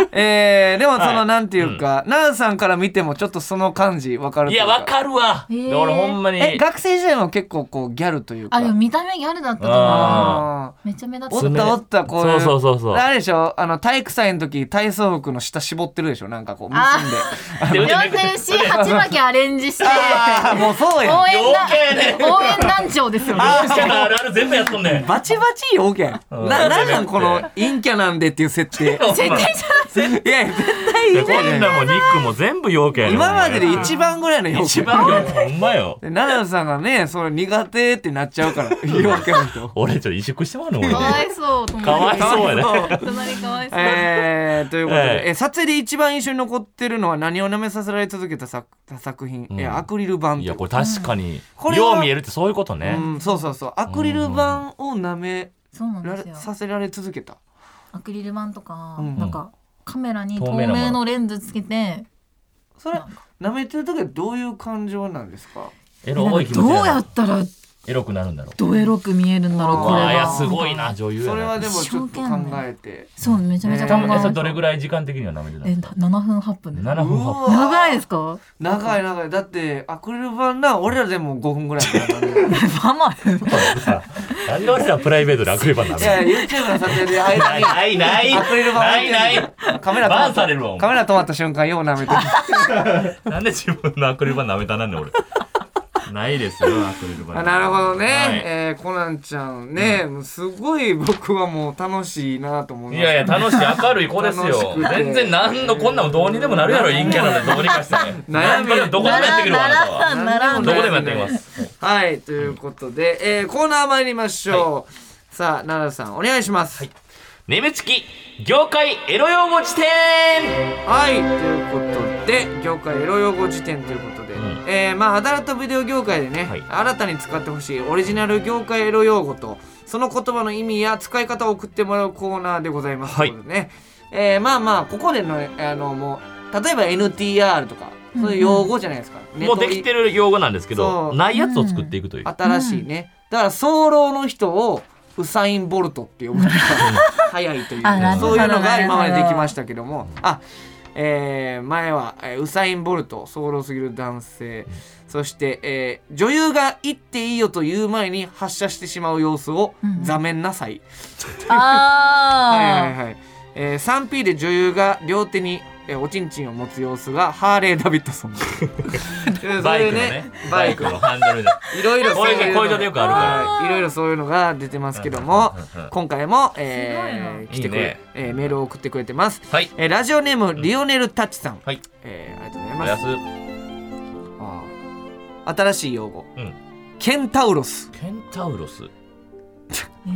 [SPEAKER 2] 手えー、でもその、
[SPEAKER 3] はい
[SPEAKER 2] なんていうか、ナダルさんから見てもちょっとその感じわかる
[SPEAKER 3] い
[SPEAKER 2] という
[SPEAKER 3] やわかるわ、
[SPEAKER 5] へー
[SPEAKER 3] で俺ほんまに
[SPEAKER 2] え学生時代も結構こうギャルというか
[SPEAKER 5] あでも見た目ギャルだったと
[SPEAKER 3] あ
[SPEAKER 5] 思う
[SPEAKER 2] あー
[SPEAKER 5] めちゃ目立
[SPEAKER 2] お
[SPEAKER 5] っ
[SPEAKER 2] って
[SPEAKER 3] 爪
[SPEAKER 2] たおったこういう
[SPEAKER 3] そうそうそうそう
[SPEAKER 2] あれでしょあの体育祭の時体操服の下絞ってるでしょなんかこう結んで
[SPEAKER 3] で腕めく
[SPEAKER 5] 40し鉢巻きアレンジして
[SPEAKER 2] あ ーもうそうやん
[SPEAKER 5] 応援
[SPEAKER 3] 陽キャやね
[SPEAKER 5] 団応援団長ですよね
[SPEAKER 3] あーあるある全部やっとんねん
[SPEAKER 2] バチバチよけんな
[SPEAKER 3] うん
[SPEAKER 2] なんなんこの陰キャなんでっていう設 定
[SPEAKER 5] 絶対じゃない
[SPEAKER 2] いやいや絶対陰キ
[SPEAKER 3] こん
[SPEAKER 2] ャ
[SPEAKER 3] な
[SPEAKER 2] や
[SPEAKER 3] もんニックも全部陽キャや
[SPEAKER 2] ん
[SPEAKER 3] ねん
[SPEAKER 2] 今までで一番ぐらいの陽キ
[SPEAKER 3] 一
[SPEAKER 2] ャ
[SPEAKER 3] 番陽キャほんまよ
[SPEAKER 2] でナダルさんがねそれ苦手ってなっちゃう から陽キャの人
[SPEAKER 3] 俺ちょっと萎縮してまうの俺
[SPEAKER 5] かわいそうと思って
[SPEAKER 3] かわいそうやね
[SPEAKER 5] 隣かわいそう
[SPEAKER 2] えー、ということ
[SPEAKER 3] ええ
[SPEAKER 2] で、え撮影で一番印象に残ってるのは何を舐めさせられ続けた作作品、
[SPEAKER 3] うん
[SPEAKER 2] いやアクリル板
[SPEAKER 3] い
[SPEAKER 2] と
[SPEAKER 3] やこれ確かに
[SPEAKER 2] これ
[SPEAKER 3] よ
[SPEAKER 2] は
[SPEAKER 3] う見えるってそういうことね
[SPEAKER 2] うん、そうそうそうアクリル板を舐め
[SPEAKER 5] そうなん
[SPEAKER 2] ら
[SPEAKER 5] で
[SPEAKER 2] れ
[SPEAKER 5] すよ
[SPEAKER 2] させられ続けた
[SPEAKER 5] アクリル板とか、
[SPEAKER 2] うん
[SPEAKER 5] なんかカメラに透
[SPEAKER 3] 透明なもの
[SPEAKER 5] 明のレンズつけて
[SPEAKER 2] それ舐めてる時はどういう感情なんですか
[SPEAKER 3] エ
[SPEAKER 5] な
[SPEAKER 3] ロ
[SPEAKER 5] ん
[SPEAKER 3] 多
[SPEAKER 5] か
[SPEAKER 3] い気持ち
[SPEAKER 5] どう
[SPEAKER 3] や
[SPEAKER 5] や
[SPEAKER 3] な
[SPEAKER 5] ったら
[SPEAKER 3] エロくなるんだろう
[SPEAKER 5] ドエロく見えるんだろう
[SPEAKER 2] う
[SPEAKER 5] これ
[SPEAKER 3] わあいや
[SPEAKER 5] は
[SPEAKER 3] すごいな女優や
[SPEAKER 2] それは
[SPEAKER 3] な
[SPEAKER 2] でもちょっと考えて
[SPEAKER 5] そうめちゃめちゃ
[SPEAKER 2] えー
[SPEAKER 5] 考
[SPEAKER 3] えそ
[SPEAKER 5] え
[SPEAKER 3] れどれぐ
[SPEAKER 5] い
[SPEAKER 3] らい時間的には舐めてた
[SPEAKER 5] え
[SPEAKER 3] の
[SPEAKER 5] な7分8分です
[SPEAKER 3] 7分
[SPEAKER 2] う
[SPEAKER 3] 8
[SPEAKER 2] わ
[SPEAKER 5] 長いですか
[SPEAKER 2] 長い長いだってアクリル板な俺らでも5分ぐらいだからね
[SPEAKER 5] まあまあ
[SPEAKER 3] 分なんで俺らプライベートでアクリル板舐め
[SPEAKER 2] い
[SPEAKER 3] て
[SPEAKER 2] や YouTube の撮影であいつ
[SPEAKER 3] ないないない
[SPEAKER 2] にアクリル板
[SPEAKER 3] ないない
[SPEAKER 2] カメラ
[SPEAKER 3] バ
[SPEAKER 2] 止
[SPEAKER 3] ン
[SPEAKER 2] ま
[SPEAKER 3] さ
[SPEAKER 2] っ
[SPEAKER 3] れるわお
[SPEAKER 2] カ
[SPEAKER 3] 前
[SPEAKER 2] メ ラ止まった瞬間よう舐めてる
[SPEAKER 3] なんで自分のアクリル板舐めたなんねん俺ないですよ、アクリル板。
[SPEAKER 2] あなるほどね、
[SPEAKER 3] はい
[SPEAKER 2] えーコナンちゃんね、もうすごい僕はもう楽しいなと思いま
[SPEAKER 3] い
[SPEAKER 2] す
[SPEAKER 3] やいや、楽しい、明るい子ですよ。
[SPEAKER 2] 楽しくて
[SPEAKER 3] 全然、なんの、こんなんもどうにでもなるやろ、陰キ ャラでどうにかして。
[SPEAKER 2] 悩み
[SPEAKER 3] なんとかどこでもやってくるわ、あなたは。
[SPEAKER 5] ならん
[SPEAKER 3] ど
[SPEAKER 5] な
[SPEAKER 3] こで
[SPEAKER 5] らん
[SPEAKER 3] もやってきます。
[SPEAKER 2] はいということで、えーコーナー参りましょう、さあ奈良さんお願いしますはい、
[SPEAKER 3] ねむちき、業界エロ用語辞典
[SPEAKER 2] ということで業界エロ用語辞典ということで、
[SPEAKER 3] ん
[SPEAKER 2] えーまあアダルトビデオ業界でね、
[SPEAKER 3] はい
[SPEAKER 2] 新たに使ってほしいオリジナル業界エロ用語とその言葉の意味や使い方を送ってもらうコーナーでございます、
[SPEAKER 3] はい
[SPEAKER 2] とうことでね、えーまあまあここでのあのもう例えば NTR とかそういう用語じゃないですか、ネ
[SPEAKER 3] も
[SPEAKER 2] ト
[SPEAKER 3] う
[SPEAKER 2] リ
[SPEAKER 3] できてる用語なんですけ
[SPEAKER 2] そ
[SPEAKER 3] ど、
[SPEAKER 2] う
[SPEAKER 3] ないやつを作っていくという。
[SPEAKER 2] 新しいね、だから早漏の人をウサイン・ボルトって呼ぶのが早いという
[SPEAKER 5] あな
[SPEAKER 2] ね
[SPEAKER 5] るほ
[SPEAKER 2] そ
[SPEAKER 5] ど
[SPEAKER 2] ういうのが
[SPEAKER 5] なる
[SPEAKER 2] 今
[SPEAKER 5] ほど
[SPEAKER 2] までできましたけどもあえー前は、えーウサイン・ボルト早漏すぎる男性そして、えー女優が「行っていいよ」と言う前に発射してしまう様子を「ざめんなさい」はいはい
[SPEAKER 5] あ
[SPEAKER 2] はい、えー 3P で女優が両手に、えーおちんちんを持つ様子がハーレー・ダビッド ソン
[SPEAKER 3] バイクのね、
[SPEAKER 2] バ
[SPEAKER 3] バ
[SPEAKER 2] イ
[SPEAKER 3] イ
[SPEAKER 2] ク
[SPEAKER 3] ク
[SPEAKER 2] の
[SPEAKER 3] のハンドルで。
[SPEAKER 2] いろいろそういうのが
[SPEAKER 3] こういうのこういうのよくあるから
[SPEAKER 2] はいいろいろそういうのが出てますけども
[SPEAKER 3] うんうんうん
[SPEAKER 2] 今回も、えー来
[SPEAKER 3] すご
[SPEAKER 2] て
[SPEAKER 3] いな
[SPEAKER 2] く
[SPEAKER 3] いい
[SPEAKER 2] れ
[SPEAKER 3] ね
[SPEAKER 2] えーメールを送ってくれてます、
[SPEAKER 3] はい。
[SPEAKER 2] えーラジオネームリオネル・タッチさん、
[SPEAKER 3] はい。
[SPEAKER 2] えーありがとうござい
[SPEAKER 3] お
[SPEAKER 2] ま
[SPEAKER 3] や
[SPEAKER 2] す
[SPEAKER 3] す。
[SPEAKER 2] あー新しい用語、
[SPEAKER 3] うん
[SPEAKER 2] ケンタウロス
[SPEAKER 3] ケンタウロス。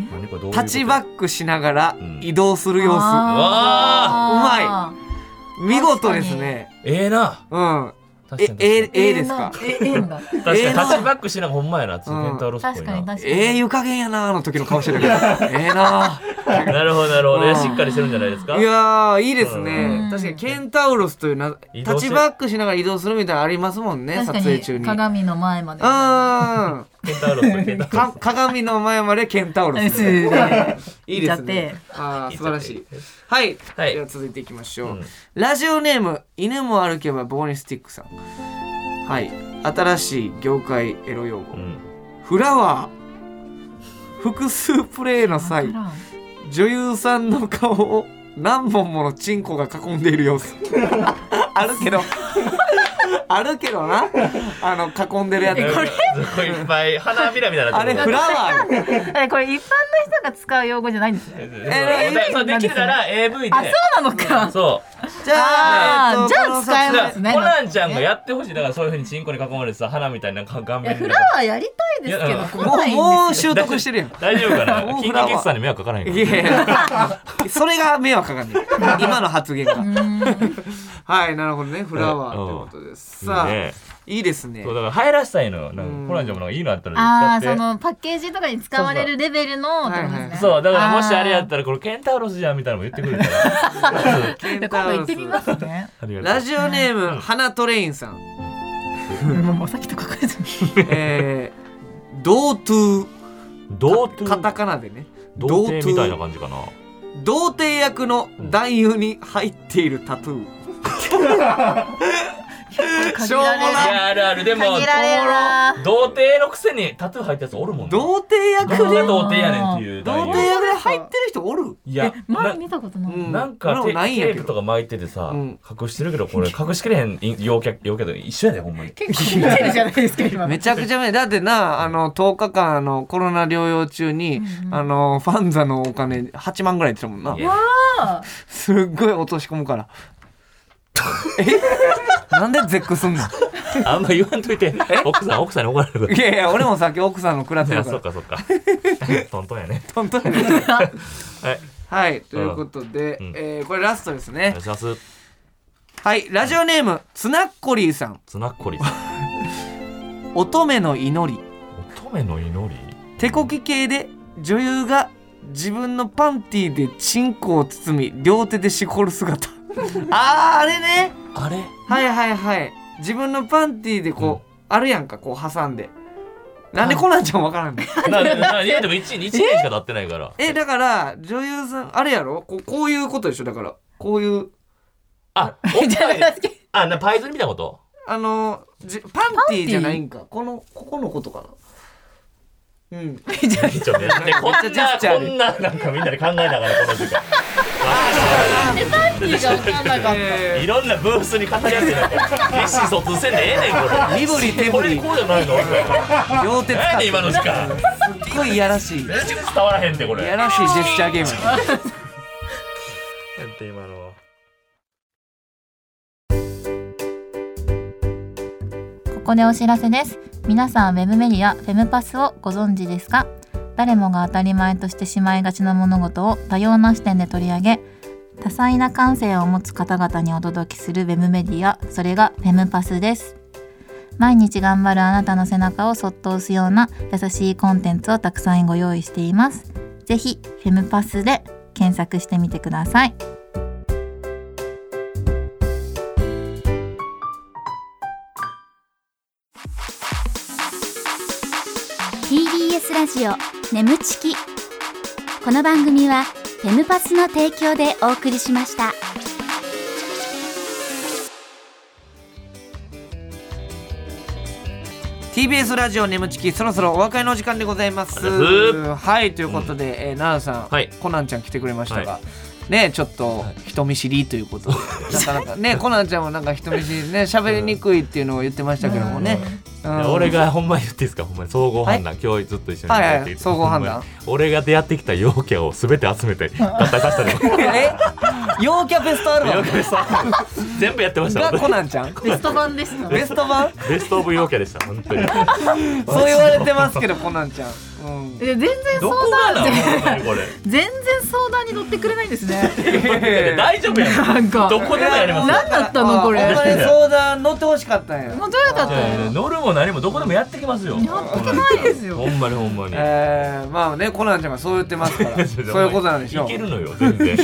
[SPEAKER 3] 何これどういうこと
[SPEAKER 2] タッチバックしながら
[SPEAKER 3] うん
[SPEAKER 2] 移動する様子、
[SPEAKER 5] あ
[SPEAKER 2] 見事ですね
[SPEAKER 3] ええな。
[SPEAKER 2] うん
[SPEAKER 3] 確
[SPEAKER 2] え
[SPEAKER 3] かに。
[SPEAKER 2] え
[SPEAKER 5] ーうまい
[SPEAKER 2] ええですか
[SPEAKER 5] ええんだ
[SPEAKER 3] 確かに
[SPEAKER 2] ええな
[SPEAKER 3] タッチバックしながらほんまやな。ケ
[SPEAKER 2] うん
[SPEAKER 3] ンタウロスっぽ
[SPEAKER 5] 確
[SPEAKER 3] い
[SPEAKER 5] かに確
[SPEAKER 3] な
[SPEAKER 5] か。に
[SPEAKER 2] ええ湯加減やなーの時の顔して るけどええなー
[SPEAKER 3] なるほどなるほど
[SPEAKER 2] う
[SPEAKER 3] ね。
[SPEAKER 2] ん
[SPEAKER 3] しっかりしてるんじゃないですか。
[SPEAKER 2] いやーいいですね、
[SPEAKER 5] うん
[SPEAKER 2] 確かにケンタウロスというな
[SPEAKER 3] 移
[SPEAKER 2] タ
[SPEAKER 3] 動
[SPEAKER 2] ッ
[SPEAKER 3] して
[SPEAKER 2] チバックしながら移動するみたいなのありますもんね撮
[SPEAKER 5] 確
[SPEAKER 2] 影
[SPEAKER 5] か
[SPEAKER 2] 中
[SPEAKER 5] に
[SPEAKER 2] に
[SPEAKER 5] 鏡の前まで
[SPEAKER 2] うん
[SPEAKER 3] ケンタウロスケンタウロ
[SPEAKER 2] か鏡の前までケンタウロスいいですね
[SPEAKER 5] 行っちゃって
[SPEAKER 2] あー素晴らしいはい、
[SPEAKER 3] はい
[SPEAKER 2] では続いていきましょう、
[SPEAKER 3] うん
[SPEAKER 2] ラジオネーム犬も歩けば棒にスティックさんはい新しい業界エロ用語、
[SPEAKER 3] ス。うん
[SPEAKER 2] フラワー複数プレイの際
[SPEAKER 5] わからん
[SPEAKER 2] 女優さんの顔を何本ものチンコが囲んでいる様 子あるけどあるけどなあの囲んでるやつ
[SPEAKER 3] なんかすごいいっぱい花びらみたいにな
[SPEAKER 2] あ
[SPEAKER 3] って
[SPEAKER 2] れ
[SPEAKER 3] る。
[SPEAKER 2] フラワー
[SPEAKER 5] えこれ一般の人が使う用語じゃないんですね
[SPEAKER 3] え
[SPEAKER 2] え
[SPEAKER 3] そうできたら AV で。
[SPEAKER 5] そうなのか
[SPEAKER 3] そう。
[SPEAKER 2] じゃあ、
[SPEAKER 5] あー
[SPEAKER 2] えっと
[SPEAKER 5] じゃあ
[SPEAKER 2] この
[SPEAKER 5] 使え
[SPEAKER 3] だ
[SPEAKER 5] そ
[SPEAKER 3] か
[SPEAKER 5] うま
[SPEAKER 3] ら
[SPEAKER 5] す
[SPEAKER 3] コ
[SPEAKER 5] ね
[SPEAKER 3] ナンちゃんがやってほしいだからそういうふうにチンコに囲まれてさ花みたいな顔顔面で
[SPEAKER 5] フラワーやりたいです
[SPEAKER 3] い
[SPEAKER 5] け
[SPEAKER 3] や
[SPEAKER 5] ど
[SPEAKER 3] うん
[SPEAKER 5] 来
[SPEAKER 2] も
[SPEAKER 5] な
[SPEAKER 2] う
[SPEAKER 5] いん
[SPEAKER 2] もう
[SPEAKER 5] ですよ
[SPEAKER 2] 習得してるやん
[SPEAKER 3] 大丈夫かな
[SPEAKER 2] もう
[SPEAKER 3] キ
[SPEAKER 2] フ
[SPEAKER 3] ン
[SPEAKER 2] ラワー
[SPEAKER 3] キキッズさんに迷惑かからへんか
[SPEAKER 2] い
[SPEAKER 3] ら
[SPEAKER 2] やいやそれが迷惑かかんねん今の発言がはいなるほどねフラワーってことですさあ
[SPEAKER 3] いいね
[SPEAKER 2] いいですね
[SPEAKER 3] そうだから入らしたいのよなん
[SPEAKER 2] うん
[SPEAKER 3] かコナンちゃんもなんかいいのあった
[SPEAKER 5] あ
[SPEAKER 3] ら
[SPEAKER 5] あ
[SPEAKER 3] 使
[SPEAKER 5] そ
[SPEAKER 3] って
[SPEAKER 5] のパッケージとかに使われるレベルのってことですね
[SPEAKER 3] そうだからもしあれやっ
[SPEAKER 5] った
[SPEAKER 3] らこれケンタウロスじゃんみたいなのも言ってくるからそう
[SPEAKER 2] ケン
[SPEAKER 5] 今
[SPEAKER 2] タ
[SPEAKER 5] 度
[SPEAKER 2] ウロ
[SPEAKER 5] 行っ
[SPEAKER 2] ス
[SPEAKER 5] てみますね
[SPEAKER 3] ありがとう
[SPEAKER 2] ラジオネーム、花トレインさん
[SPEAKER 5] もうさっきと書かれてる
[SPEAKER 2] えー、ドートゥ
[SPEAKER 3] 童
[SPEAKER 2] ーカタ
[SPEAKER 3] 貞
[SPEAKER 2] カナでね
[SPEAKER 3] 童貞みたいな
[SPEAKER 2] 童
[SPEAKER 3] 感じかな
[SPEAKER 2] 貞童貞役の男優に入っているタトゥー、し
[SPEAKER 5] 限
[SPEAKER 2] ょうも
[SPEAKER 5] られる
[SPEAKER 2] ない
[SPEAKER 3] やあるあるでも
[SPEAKER 5] 限られるな
[SPEAKER 3] 童貞のくせにタトゥー入ったやつおるもんな
[SPEAKER 2] 童貞
[SPEAKER 3] ど
[SPEAKER 2] 役
[SPEAKER 3] こ
[SPEAKER 2] で
[SPEAKER 3] が童貞やねんっていう
[SPEAKER 2] 童
[SPEAKER 3] 内容
[SPEAKER 2] 貞役で入ってる人おる
[SPEAKER 3] いや
[SPEAKER 5] 前
[SPEAKER 3] な
[SPEAKER 5] 見たことな
[SPEAKER 2] う
[SPEAKER 5] い
[SPEAKER 3] なんか
[SPEAKER 2] 俺
[SPEAKER 3] テ
[SPEAKER 2] もないんやけ
[SPEAKER 3] テ
[SPEAKER 2] ど
[SPEAKER 3] ープとか巻いててさ
[SPEAKER 2] うん
[SPEAKER 3] 隠してるけどこれ隠しきれへん陽キャ陽キャと一緒やでほんまに
[SPEAKER 5] 結構見てるじゃないですか今
[SPEAKER 2] めちゃくちゃめだってなあの10日間あのコロナ療養中に、あのファンザのお金8万ぐらいって言ってたもん
[SPEAKER 3] い
[SPEAKER 2] な
[SPEAKER 3] や
[SPEAKER 2] すっごい落とし込むからえなんで絶句すんの
[SPEAKER 3] あんま言わんと いて奥さん奥さんに怒られるから
[SPEAKER 2] いやいや俺もさっき奥さんの食らって
[SPEAKER 3] いや
[SPEAKER 2] るから
[SPEAKER 3] そっかそっかトントンやね
[SPEAKER 2] 本当に
[SPEAKER 3] はい
[SPEAKER 2] はいということで、
[SPEAKER 3] うん
[SPEAKER 2] えーこれラストですね
[SPEAKER 3] お願いします
[SPEAKER 2] はいラジオネームツナッコリーさん
[SPEAKER 3] ツナッコリさん
[SPEAKER 2] 乙女の祈り
[SPEAKER 3] 乙女の祈り
[SPEAKER 2] 手こき系で女優が自分のパンティーでチンコを包み両手でしこる姿あーあれね
[SPEAKER 3] あれ
[SPEAKER 2] はいはいはい自分のパンティーでこう、あるやんかこう挟んでなんでコナンちゃんわからんの
[SPEAKER 3] ななな言うても1年しか経ってないから
[SPEAKER 2] え だから女優さんあれやろこうこういうことでしょだからこういう
[SPEAKER 3] あおっぱいあなパイズリみたいなこと
[SPEAKER 2] あのじパンティーじゃないんかこのここのことかなうん
[SPEAKER 3] ちょっとやってこん
[SPEAKER 2] めっちゃジェスチャ
[SPEAKER 3] な
[SPEAKER 2] ーで
[SPEAKER 3] こんななんかみんなで考えながらこの時間
[SPEAKER 5] 意味が分かんなかった
[SPEAKER 2] え
[SPEAKER 3] いろんなブースに語り合ってなんか意思疎通せんでええねんこれ
[SPEAKER 2] 身振り手振り
[SPEAKER 3] これこうじゃないの
[SPEAKER 2] ー両手使っ
[SPEAKER 3] 何やねん
[SPEAKER 2] て
[SPEAKER 3] 今の時間
[SPEAKER 2] すっごいいやらしいい
[SPEAKER 3] 全然伝わらへんってこれ
[SPEAKER 2] やらしいジェスチャーゲーム
[SPEAKER 3] なんて今の
[SPEAKER 5] ここでお知らせです。皆さん、ウェブメディア、フェムパスをご存知ですか誰もが当たり前としてしまいがちな物事を多様な視点で取り上げ、多彩な感性を持つ方々にお届けするウェブメディア、それがフェムパスです。毎日頑張るあなたの背中をそっと押すような優しいコンテンツをたくさんご用意しています。ぜひ、フェムパスで検索してみてください。
[SPEAKER 4] TBS ラジオ眠ちきこの番組はフェムパスの提供でお送りしました
[SPEAKER 2] ー TBS ラジオ眠ちきそろそろお別れの時間でございます
[SPEAKER 3] ありがとうござい
[SPEAKER 2] はいということで、えー奈良さん、
[SPEAKER 3] はい
[SPEAKER 2] コナンちゃん来てくれましたが、
[SPEAKER 3] は
[SPEAKER 2] ねちょっと人見知りということで、 なかなかねコナンちゃんもなんか人見知りね喋りにくいっていうのを言ってましたけどもね、うん
[SPEAKER 3] いや俺がほんま言っていいですかほんまに総合判断、今日ずっと一緒に
[SPEAKER 2] はいはい
[SPEAKER 3] やってて
[SPEAKER 2] 総合判断
[SPEAKER 3] ほんまに俺が出会ってきた陽キャを全て集めて合体させたの
[SPEAKER 2] え陽キャベストアルバ
[SPEAKER 3] 陽
[SPEAKER 2] ム
[SPEAKER 3] キャでした全部やってました
[SPEAKER 2] がコ
[SPEAKER 3] 私
[SPEAKER 2] ナンちゃん
[SPEAKER 5] ベスト版でした
[SPEAKER 2] ベスト 版
[SPEAKER 3] ベストオブ陽キャでした本当に
[SPEAKER 2] そう言われてますけどコナンちゃん、うん、
[SPEAKER 5] 全然
[SPEAKER 3] どこがなほんまにこれ
[SPEAKER 5] 全然相談に乗ってくれないんですね。
[SPEAKER 3] 大丈夫やん
[SPEAKER 5] なんか。
[SPEAKER 3] どこでもやりますよ
[SPEAKER 5] 何だったのこれ
[SPEAKER 2] お前相談乗ってほしかったんや
[SPEAKER 5] もうどうやった
[SPEAKER 3] いやいや
[SPEAKER 5] の
[SPEAKER 3] 乗るも何もどこでもやってきますよ
[SPEAKER 5] やってないですよ
[SPEAKER 3] ほんまにほんまに
[SPEAKER 2] えー、まあねコナンちゃんがそう言ってます からそういうことなんでしょう
[SPEAKER 3] いけるのよ全然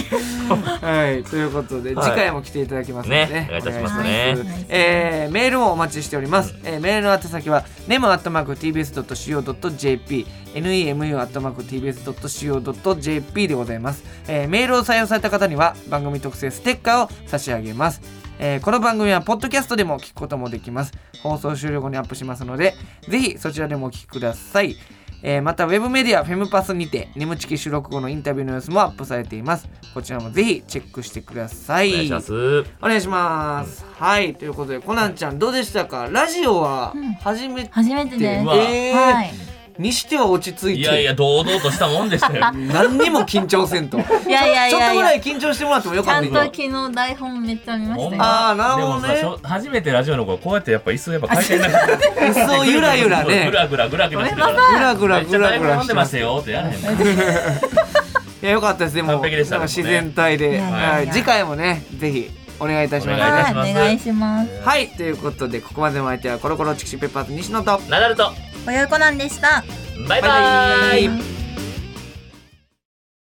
[SPEAKER 2] はい、ということで、
[SPEAKER 3] はい
[SPEAKER 2] 次回も来ていただきますのでね
[SPEAKER 3] ねお願いいたしま
[SPEAKER 2] お
[SPEAKER 3] す
[SPEAKER 2] 願いしますえーメールもお待ちしております、えーメールの宛先は nemu.tbs.co.jp nemu.tbs.co.jp でございます、えーメールを採用された方には番組特製ステッカーを差し上げますえーこの番組はポッドキャストでも聞くこともできます放送終了後にアップしますのでぜひそちらでもお聞きくださいえーまたウェブメディアフェムパスにてネムチキ収録後のインタビューの様子もアップされていますこちらもぜひチェックしてください
[SPEAKER 3] お願いします
[SPEAKER 2] お願いします、はいということでコナンちゃんどうでしたかラジオは
[SPEAKER 5] うん
[SPEAKER 2] 初めて、
[SPEAKER 5] 初めて
[SPEAKER 3] う
[SPEAKER 5] で
[SPEAKER 3] わ
[SPEAKER 2] えー
[SPEAKER 5] はい。
[SPEAKER 2] にしては落ち着いて
[SPEAKER 3] いやいや堂々としたもんでしたよ
[SPEAKER 2] 何にも緊張せんと
[SPEAKER 5] いやいやい
[SPEAKER 2] ちょっ
[SPEAKER 5] や
[SPEAKER 2] と
[SPEAKER 5] い
[SPEAKER 2] ぐら
[SPEAKER 5] や。
[SPEAKER 2] い緊張してもらってもよ
[SPEAKER 5] ちゃ
[SPEAKER 2] かっ
[SPEAKER 5] んと
[SPEAKER 2] た
[SPEAKER 5] 昨日台本めっちゃ見まし
[SPEAKER 3] ほん
[SPEAKER 5] たよ。
[SPEAKER 2] あ
[SPEAKER 3] ま
[SPEAKER 2] ーなるほどね
[SPEAKER 3] でもさしょ初めてラジオの子こうやってやっぱ椅子やっぱ回転なかった
[SPEAKER 2] 椅子をゆらゆらね
[SPEAKER 3] ぐらぐらぐらぐらしてたから
[SPEAKER 2] ぐらぐら
[SPEAKER 3] めっち
[SPEAKER 2] ぐ
[SPEAKER 3] ゃ
[SPEAKER 2] ら
[SPEAKER 3] 台
[SPEAKER 2] ぐ
[SPEAKER 3] 本
[SPEAKER 2] ら
[SPEAKER 3] 読
[SPEAKER 2] して
[SPEAKER 3] んで
[SPEAKER 2] ま
[SPEAKER 3] ますすよってやらへんの
[SPEAKER 2] いやよかったですでも
[SPEAKER 3] 完璧でした
[SPEAKER 2] なんか自
[SPEAKER 3] でもね
[SPEAKER 2] 然体で、
[SPEAKER 5] いやいやいや
[SPEAKER 2] はい、次回もねぜひお願いいたします
[SPEAKER 3] お願いいた
[SPEAKER 2] ね
[SPEAKER 3] します
[SPEAKER 5] はいお願いします。
[SPEAKER 2] はいということでここまでのお 相手はコロコロチキシペッパーズ西野と
[SPEAKER 3] ナダルと
[SPEAKER 5] 親子なんでした。
[SPEAKER 3] バイバ
[SPEAKER 2] バイバ
[SPEAKER 3] ーイ
[SPEAKER 2] イ